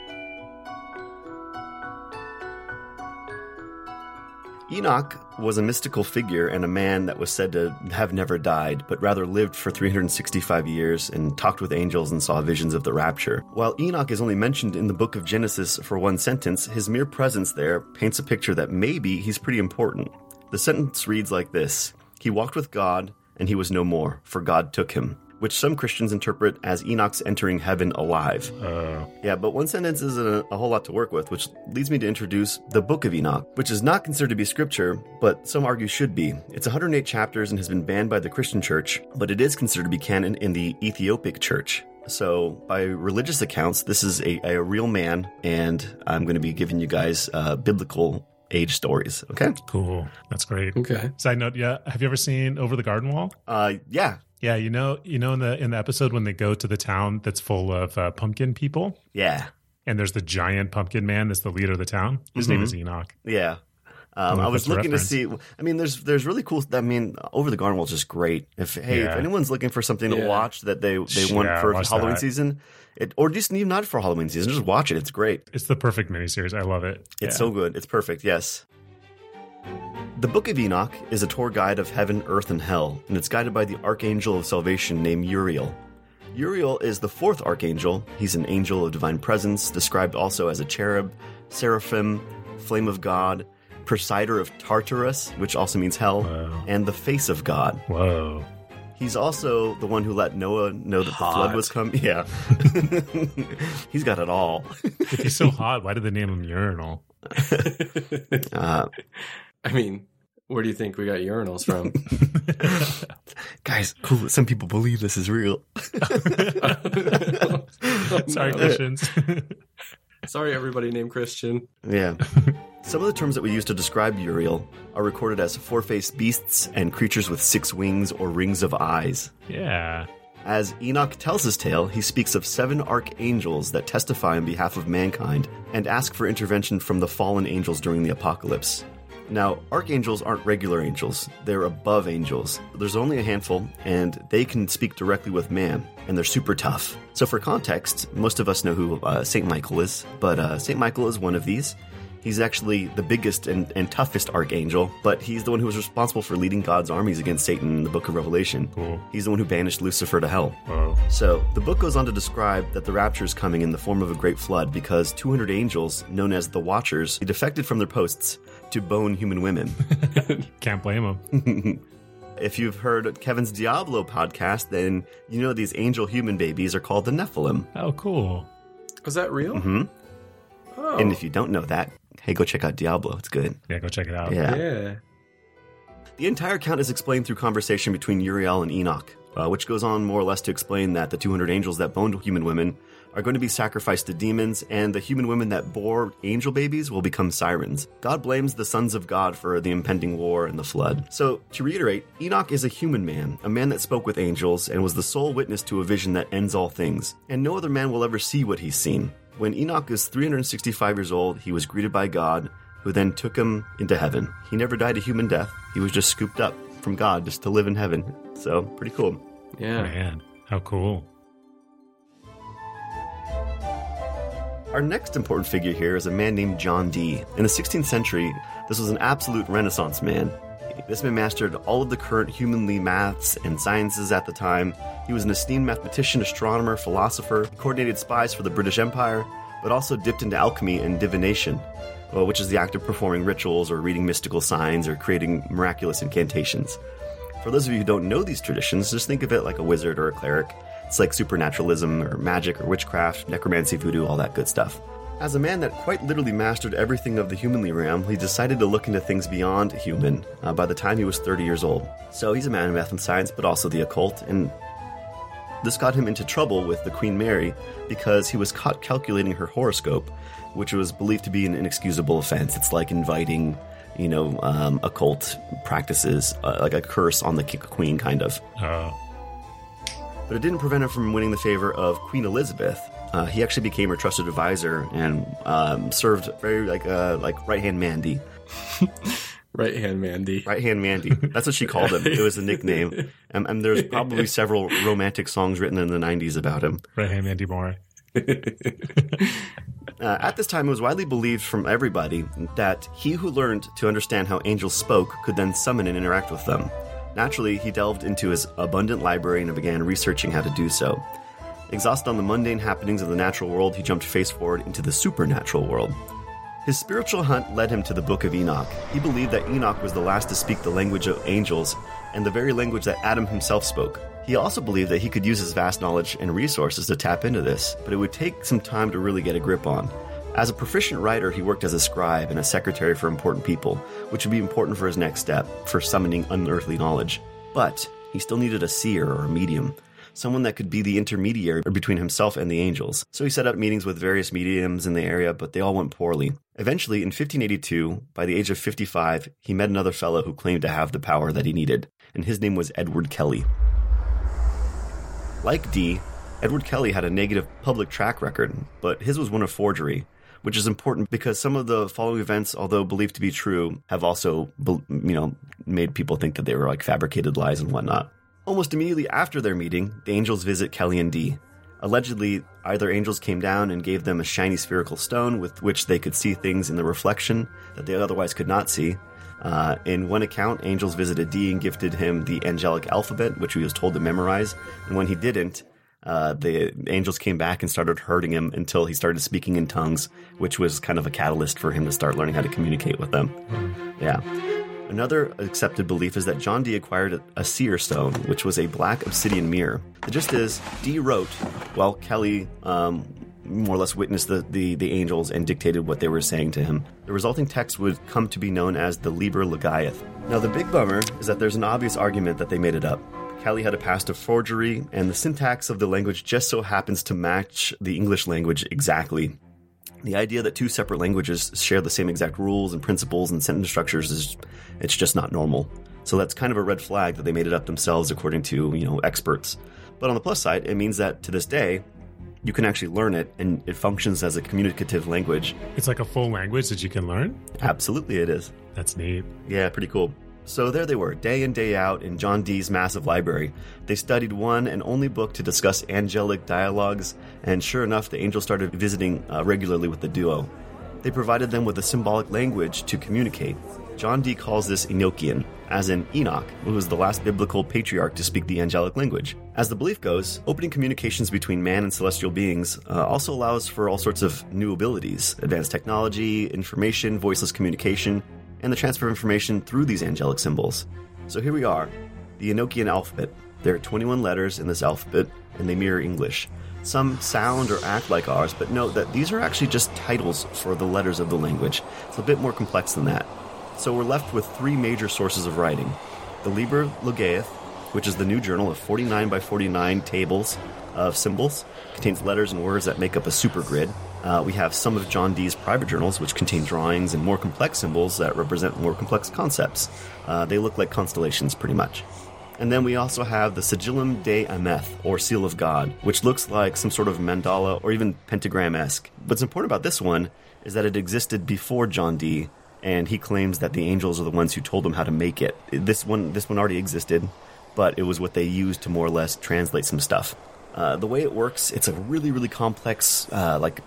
Enoch was a mystical figure and a man that was said to have never died, but rather lived for 365 years and talked with angels and saw visions of the rapture. While Enoch is only mentioned in the book of Genesis for one sentence, his mere presence there paints a picture that maybe he's pretty important. The sentence reads like this He walked with God, and he was no more, for God took him. Which some Christians interpret as Enoch's entering heaven alive.
Uh,
Yeah, but one sentence isn't a, a whole lot to work with, which leads me to introduce the Book of Enoch, which is not considered to be scripture, but some argue should be. It's 108 chapters and has been banned by the Christian Church, but it is considered to be canon in the Ethiopic Church. So, by religious accounts, this is a, a real man, and I'm going to be giving you guys uh, biblical age stories, okay?
cool. That's great.
Okay.
Side note, yeah. Have you ever seen Over the Garden Wall?
Uh, yeah,
Yeah, you know, you know, in the in the episode when they go to the town that's full of uh, pumpkin people,
yeah,
and there's the giant pumpkin man that's the leader of the town. His
Mm-hmm.
name is Enoch.
yeah. Um,
like
I was
that's a
looking
reference.
to see. I mean, there's there's really cool. I mean, Over the Garden Wall is just great. If hey,
Yeah.
if anyone's looking for something
Yeah.
to watch that they they want
Yeah,
for
watch
Halloween
that.
season, it or just even not for Halloween season, just watch it. It's great.
It's the perfect miniseries. I love it.
It's
Yeah.
so good. It's perfect. Yes. The Book of Enoch is a tour guide of heaven, earth, and hell, and it's guided by the archangel of salvation named Uriel. Uriel is the fourth archangel. He's an angel of divine presence, described also as a cherub, seraphim, flame of God, presider of Tartarus, which also means hell,
Wow.
and the face of God.
Whoa.
He's also the one who let Noah know that the flood
Hot.
was coming. Yeah. He's got it all.
If he's so hot, why did they name him Urinal?
Uh,
I mean, where do you think we got urinals from?
guys, cool. Some people believe this is real.
Sorry,
No.
Christians.
Sorry, everybody named Christian.
Yeah. Some of the terms that we use to describe Uriel are recorded as four faced beasts and creatures with six wings or rings of eyes.
yeah.
As Enoch tells his tale, he speaks of seven archangels that testify on behalf of mankind and ask for intervention from the fallen angels during the apocalypse. Now, archangels aren't regular angels, they're above angels. There's only a handful, and they can speak directly with man, and they're super tough. So, for context, most of us know who uh, St. Michael is, but uh, St. Michael is one of these. He's actually the biggest and, and toughest archangel, but he's the one who was responsible for leading God's armies against Satan in the book of Revelation.
Cool.
He's the one who banished Lucifer to hell.
Whoa.
So, the book goes on to describe that the rapture is coming in the form of a great flood because 200 angels, known as the Watchers, defected from their posts to bone human women.
Can't blame him.
if you've heard Kevin's Diablo podcast, then you know these angel human babies are called the Nephilim.
Oh, cool.
Was that real?
hmm
Oh,
And if you don't know that, hey, go check out Diablo. It's good.
Yeah, go check it out.
Yeah.
yeah.
The entire account is explained through conversation between Uriel and Enoch, uh, which goes on more or less to explain that the 200 angels that boned human women are going to be sacrificed to demons, and the human women that bore angel babies will become sirens. God blames the sons of God for the impending war and the flood. So, to reiterate, Enoch is a human man, a man that spoke with angels and was the sole witness to a vision that ends all things, and no other man will ever see what he's seen. When Enoch is 365 years old, he was greeted by God, who then took him into heaven. He never died a human death. He was just scooped up from God just to live in heaven. So, pretty cool.
Yeah.
Man, how cool.
Our next important figure here is a man named John Dee. In the 16th century, this was an absolute Renaissance man. This man mastered all of the current humanly maths and sciences at the time. He was an esteemed mathematician, astronomer, philosopher, coordinated spies for the British Empire, but also dipped into alchemy and divination, uh, which is the act of performing rituals or reading mystical signs or creating miraculous incantations. For those of you who don't know these traditions, just think of it like a wizard or a cleric. It's like supernaturalism or magic or witchcraft, necromancy, voodoo, all that good stuff. As a man that quite literally mastered everything of the humanly realm, he decided to look into things beyond human uh, by the time he was 30 years old. So he's a man of math and science, but also the occult, and this got him into trouble with the Queen Mary because he was caught calculating her horoscope, which was believed to be an inexcusable offense. It's like inviting, you know, um, occult practices, uh, like a curse on the ki- queen, kind of.
Oh,
But it didn't prevent him from winning the favor of Queen Elizabeth, Uh, he actually became her trusted advisor and um, served very like uh, like right hand Mandy.
Right hand Mandy.
Right hand Mandy. That's what she called him. It was the nickname. And, and there's probably several romantic songs written in the 90s about him.
Right hand Andy Moore.
Uh, at this time, it was widely believed from everybody that he who learned to understand how angels spoke could then summon and interact with them. Naturally, he delved into his abundant library and began researching how to do so. Exhausted on the mundane happenings of the natural world, he jumped face forward into the supernatural world. His spiritual hunt led him to the Book of Enoch. He believed that Enoch was the last to speak the language of angels and the very language that Adam himself spoke. He also believed that he could use his vast knowledge and resources to tap into this, but it would take some time to really get a grip on. As a proficient writer, he worked as a scribe and a secretary for important people, which would be important for his next step for summoning unearthly knowledge. But he still needed a seer or a medium, someone that could be the intermediary between himself and the angels. So he set up meetings with various mediums in the area, but they all went poorly. Eventually, in 1582, by the age of 55, he met another fellow who claimed to have the power that he needed, and his name was Edward Kelly. Like Dee, Edward Kelly had a negative public track record, but his was one of forgery, which is important because some of the following events, although believed to be true, have also, bel- you know, made people think that they were like fabricated lies and whatnot. Almost immediately after their meeting, the angels visit Kelly and Dee. Allegedly, either angels came down and gave them a shiny spherical stone with which they could see things in the reflection that they otherwise could not see. Uh, in one account, angels visited Dee and gifted him the angelic alphabet, which he was told to memorize. And when he didn't, uh, the angels came back and started hurting him until he started speaking in tongues, which was kind of a catalyst for him to start learning how to communicate with them. Yeah. Another accepted belief is that John Dee acquired a seer stone, which was a black obsidian mirror. The gist is, Dee wrote while Kelly um, more or less witnessed the, the, the angels and dictated what they were saying to him. The resulting text would come to be known as the Liber Legiath. Now, the big bummer is that there's an obvious argument that they made it up. Kelly had a past of forgery, and the syntax of the language just so happens to match the English language exactly. The idea that two separate languages share the same exact rules and principles and sentence structures is it's just not normal. So that's kind of a red flag that they made it up themselves according to, you know, experts. But on the plus side, it means that to this day, you can actually learn it and it functions as a communicative language.
It's like a full language that you can learn.
Absolutely it is.
That's neat.
Yeah, pretty cool. So there they were, day in, day out, in John Dee's massive library. They studied one and only book to discuss angelic dialogues, and sure enough, the angels started visiting uh, regularly with the duo. They provided them with a symbolic language to communicate. John Dee calls this Enochian, as in Enoch, who was the last biblical patriarch to speak the angelic language. As the belief goes, opening communications between man and celestial beings uh, also allows for all sorts of new abilities advanced technology, information, voiceless communication, and the transfer of information through these angelic symbols. So here we are, the Enochian alphabet. There are 21 letters in this alphabet, and they mirror English. Some sound or act like ours, but note that these are actually just titles for the letters of the language. It's a bit more complex than that. So we're left with three major sources of writing the Liber Logaeth, which is the new journal of 49 by 49 tables of symbols, contains letters and words that make up a supergrid. Uh, we have some of John Dee's private journals, which contain drawings and more complex symbols that represent more complex concepts. Uh, they look like constellations, pretty much. And then we also have the Sigillum de Ameth, or Seal of God, which looks like some sort of mandala or even pentagram esque. What's important about this one is that it existed before John Dee, and he claims that the angels are the ones who told him how to make it. This one, this one already existed, but it was what they used to more or less translate some stuff. Uh, the way it works, it's a really, really complex, uh, like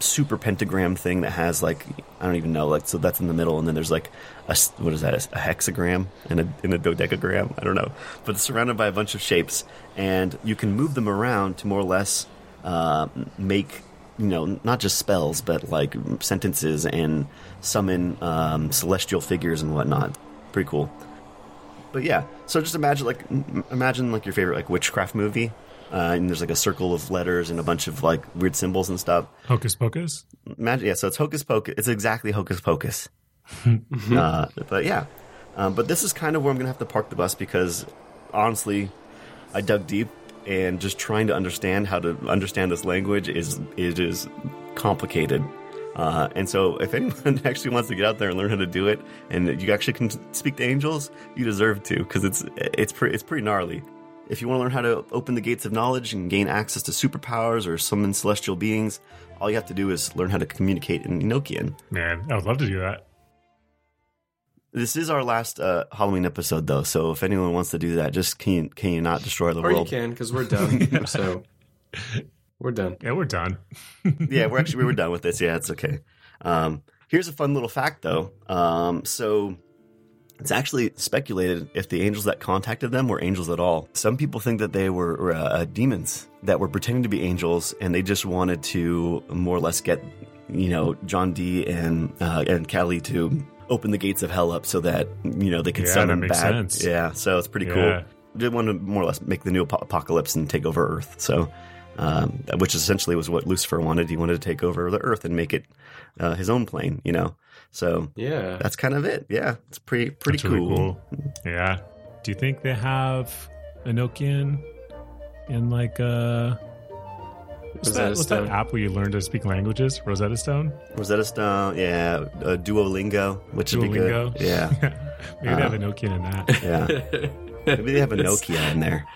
super pentagram thing that has like I don't even know like so that's in the middle and then there's like a s- what is that a hexagram and a, and a dodecagram I don't know but it's surrounded by a bunch of shapes and you can move them around to more or less uh, make you know not just spells but like sentences and summon um, celestial figures and whatnot pretty cool but yeah so just imagine like m- imagine like your favorite like witchcraft movie uh, and there's like a circle of letters and a bunch of like weird symbols and stuff
Hocus Pocus?
Magic, yeah, so it's Hocus Pocus. It's exactly Hocus Pocus. uh, but yeah, um, but this is kind of where I'm going to have to park the bus because honestly, I dug deep and just trying to understand how to understand this language is it is complicated. Uh, and so, if anyone actually wants to get out there and learn how to do it, and you actually can speak to angels, you deserve to because it's it's pretty it's pretty gnarly. If you want to learn how to open the gates of knowledge and gain access to superpowers or summon celestial beings, all you have to do is learn how to communicate in Enochian.
Man, I would love to do that.
This is our last uh, Halloween episode, though. So if anyone wants to do that, just can you, can you not destroy the
Or you
world?
can, because we're done. So we're done.
Yeah, we're done.
yeah, we're actually we were done with this. Yeah, it's okay. Um, here's a fun little fact, though. Um, so it's actually speculated if the angels that contacted them were angels at all. Some people think that they were uh, demons that were pretending to be angels, and they just wanted to more or less get you know John D and uh, and Callie to open the gates of hell up so that you know they could
Yeah,
send
that
them
makes
back.
sense.
Yeah, so it's pretty
Yeah.
cool. They want to more or less make the new ap- apocalypse and take over Earth. So, um, which essentially was what Lucifer wanted. He wanted to take over the Earth and make it uh, his own plane. You know, so
Yeah.
that's kind of it. Yeah, it's pretty pretty
That's really
cool.
cool. Yeah. Do you think they have Enochian in like uh what's
Rosetta
that, what's that
Stone.
app where you learn to speak languages? Rosetta Stone?
Rosetta Stone, yeah, uh, Duolingo, which would be
Duolingo?
good. Yeah,
Maybe they have
Ah.
Enochian in that.
yeah. Maybe they have a Nokia in there,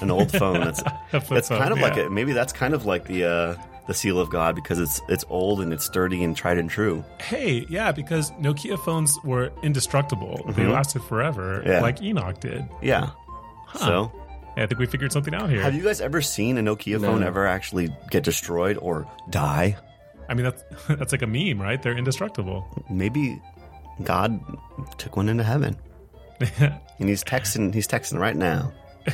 an old phone. That's
That's
that's kind of like it. Maybe that's kind of like the uh, the seal of God because it's it's old and it's sturdy and tried and true.
Hey, yeah, because Nokia phones were indestructible. They
Mhm.
lasted forever,
Yeah.
like Enoch did.
Yeah. So
I think we figured something out here.
Have you guys ever seen a Nokia
No.
phone ever actually get destroyed or die?
I mean, that's that's like a meme, right? They're indestructible.
Maybe God took one into heaven, and he's texting. He's texting right now.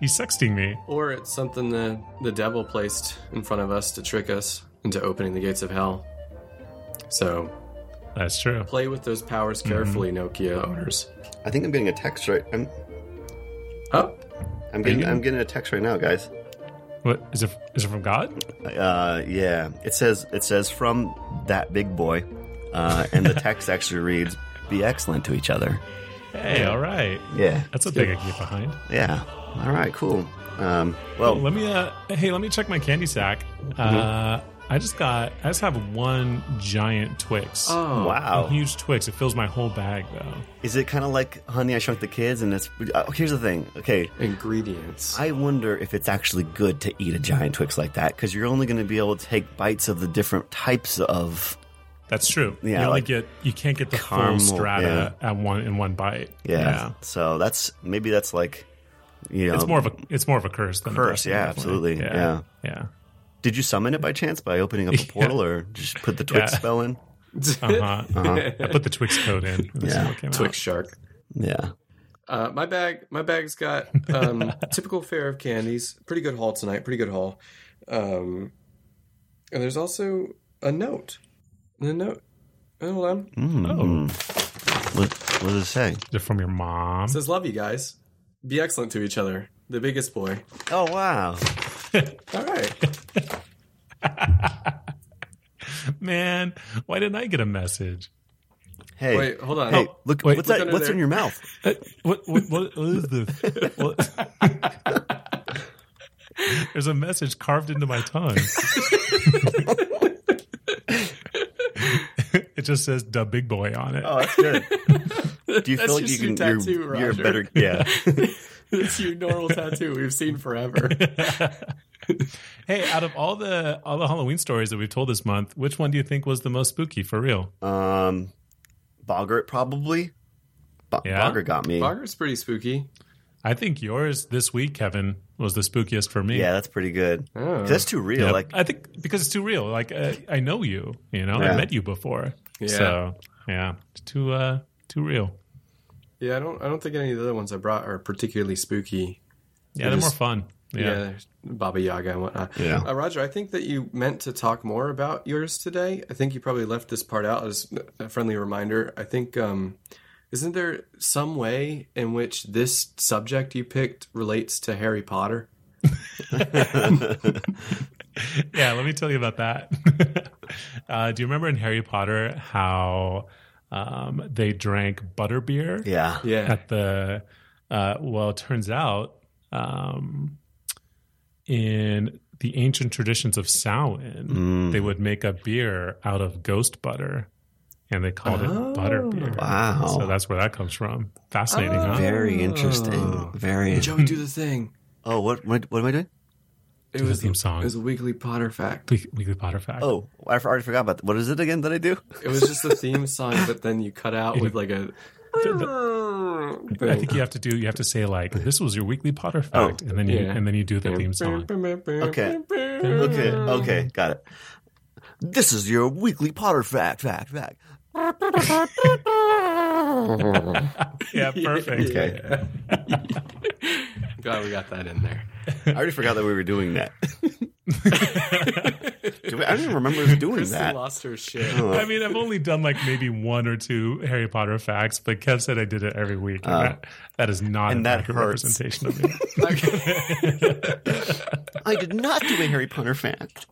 He's sexting me.
Or it's something the, the devil placed in front of us to trick us into opening the gates of hell. So
That's true.
play with those powers
Mm-hmm.
carefully, Nokia owners.
I think I'm getting a text right. I'm,
Oh,
I'm getting. I'm getting a text right now, guys.
What is it? Is it from God?
Uh, yeah. It says. It says from that big boy, uh, and the text actually reads, "Be excellent to each other."
Hey, all right.
Yeah.
That's a thing I can get behind.
Yeah. All right. Cool. Um, well,
Let me. Uh, hey, let me check my candy sack.
Mm-hmm.
Uh, I just got. I just have one giant Twix.
oh.
A
wow.
huge Twix. It fills my whole bag, though.
Is it kind of like Honey I Shrunk the Kids? And it's uh, here's the thing. Okay,
Ingredients.
I wonder if it's actually good to eat a giant Twix like that because you're only going to be able to take bites of the different types of.
That's true.
Yeah,
you only
like
get. You can't get the
caramel,
full strata at one in one bite.
Yeah. So that's maybe that's like, you know,
It's more of a. It's more of a curse than a
Curse,
blessing,
yeah,
definitely.
absolutely,
Yeah. Yeah.
Did you summon it by chance by opening up a portal or just put the Twix
Yeah.
spell in?
Uh-huh. I put the Twix code in. and this is
Yeah.
what came out.
Twix shark.
Yeah.
Uh, my bag, my bag's got um, typical fare of candies. Pretty good haul tonight. Pretty good haul. Um, and there's also a note. The note. Hold on.
Hmm? Mm.
Oh,
What, what does it say?
is it from your mom?
It says, "Love you guys. Be excellent to each other. The biggest boy."
Oh wow.
All right.
Man, why didn't I get a message?
Hey.
Wait, hold on.
Hey, look!
Wait,
what's
look
that?
under
What's
there.
in your mouth?
Uh, what, what, what, what is this? What- There's a message carved into my tongue. it just says "the big boy" on it.
Oh, that's good. Do you
That's
feel like
just
you can?
your tattoo,
you're, you're
Roger.
better. Yeah.
It's Oh. your normal tattoo we've seen forever.
Hey, out of all the all the Halloween stories that we've told this month, which one do you think was the most spooky for real?
Um, Boggart probably. Bo-
Yeah?
Boggart got me.
Boggart's pretty spooky.
I think yours this week, Kevin, was the spookiest for me.
Yeah, that's pretty good.
Oh.
That's too real.
Yep.
Like
I think because it's too real. Like uh, I know you, you know,
Yeah.
I met you before.
Yeah.
So yeah, it's too uh, too real.
Yeah, I don't. I don't think any of the other ones I brought are particularly spooky.
Yeah, they're more fun.
Yeah,
Yeah.
there's Baba Yaga and whatnot.
Yeah.
Uh, Roger, I think that you meant to talk more about yours today. I think you probably left this part out as a friendly reminder. I think, um, isn't there some way in which this subject you picked relates to Harry Potter?
yeah, Let me tell you about that. uh, do you remember in Harry Potter how um, they drank butterbeer
Yeah.
Yeah.
at the? Uh, well, it turns out um, in the
Mm. Mm-hmm.
ancient traditions of Samhain, they would make a beer out of ghost butter. and they called it butterbeer.
Oh, Wow. Oh,
So that's where that comes from. Fascinating, huh?
Very interesting. Very.
Joey, do the thing.
Oh, what, what what am I doing?
It was
theme song.
It was a Wiggly Potter fact.
Week- Weekly Potter fact.
Oh, I f- already forgot about that. What is it again that I do?
It was just a theme song, but then you cut out with like a.
I think you have to do. You have to say like, "This was your weekly Potter
Oh,
fact," and then you
yeah.
and then you do the theme song.
Okay.
Okay, okay, got it. This is your weekly Potter fact, fact, fact.
Yeah, perfect.
Okay,
Glad we got that in there.
I already forgot that we were doing that. Do we- I don't even remember us doing
Kristen
that.
lost her shit.
I mean, I've only done like maybe one or two Harry Potter facts, but Kev said I did it every week. And that, that is not
Uh, and
an
that
accurate
hurts.
representation of me.
I did not do a Harry Potter fact.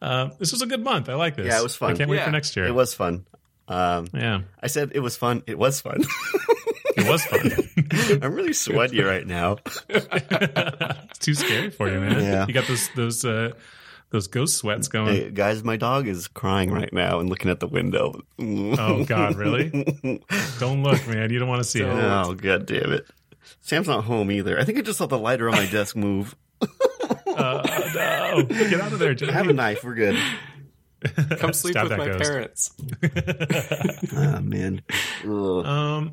um, this was a good month. I like this.
Yeah, it was fun.
I can't wait
Yeah.
for next year.
It was fun. Um,
Yeah,
I said it was fun. It was fun.
it was fun.
I'm really sweaty right now.
it's too scary for you, man.
Yeah.
You got those those uh, those ghost sweats going.
Hey, guys, my dog is crying right now and looking at the window.
Oh God, really? don't look, man. You don't want to see it.
Oh, god damn it. Sam's not home either. I think I just saw the lighter on my desk move.
Uh, no, get out of there, Jimmy.
Have a knife, we're good.
Come sleep
Stab that
with my
ghost.
parents.
Oh man. Ugh.
Uh,
Um,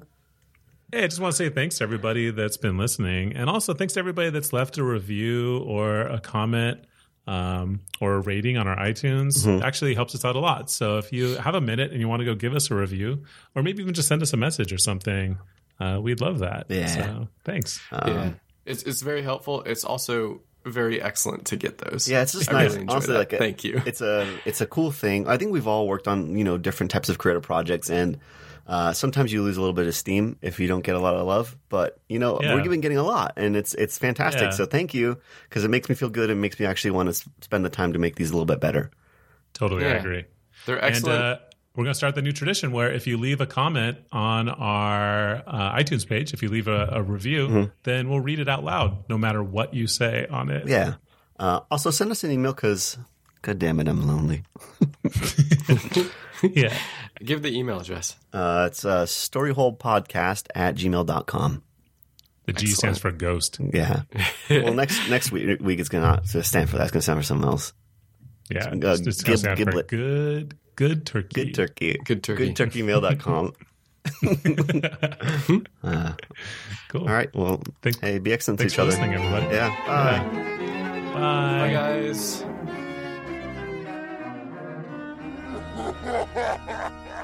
hey, I just want to say thanks to everybody that's been listening, and also thanks to everybody that's left a review or a comment um, or a rating on our iTunes.
Mm-hmm.
It actually helps us out a lot. So if you have a minute and you want to go give us a review, or maybe even just send us a message or something, uh, we'd love that.
Yeah. Uh,
So thanks.
Um,
yeah. It's it's very helpful. It's also very excellent to get those.
Yeah, it's just
I
nice.
really enjoy
Honestly,
that.
like a,
Thank you.
It's a it's a cool thing. I think we've all worked on you know different types of creative projects, and uh, sometimes you lose a little bit of steam if you don't get a lot of love. But you know
Yeah.
we've been getting a lot, and it's it's fantastic.
Yeah.
So thank you because it makes me feel good. and makes me actually want to s- spend the time to make these a little bit better.
Totally, I
Yeah.
agree.
They're excellent.
And uh, we're going to start the new tradition where if you leave a comment on our uh, iTunes page, if you leave a, a review,
Mm-hmm.
then we'll read it out loud, no matter what you say on it.
Yeah. Uh, also, send us an email because, god damn it, I'm lonely.
yeah.
Give the email address.
Uh, it's uh, storyholdpodcast at gmail.com.
The G stands for ghost.
Yeah. well, next next week, week is going to stand for that. It's going to stand for something else.
Yeah.
Uh,
it's- it's
gib-
stand for
giblet.
Good, good turkey.
Good turkey.
Good turkey.
GoodTurkeyMail.com.
Cool.
Uh, All right. Well,
Thank-
hey, be excellent
Thanks
to
for
each other.
listening, everybody.
Yeah. Bye.
Bye,
Bye.
guys.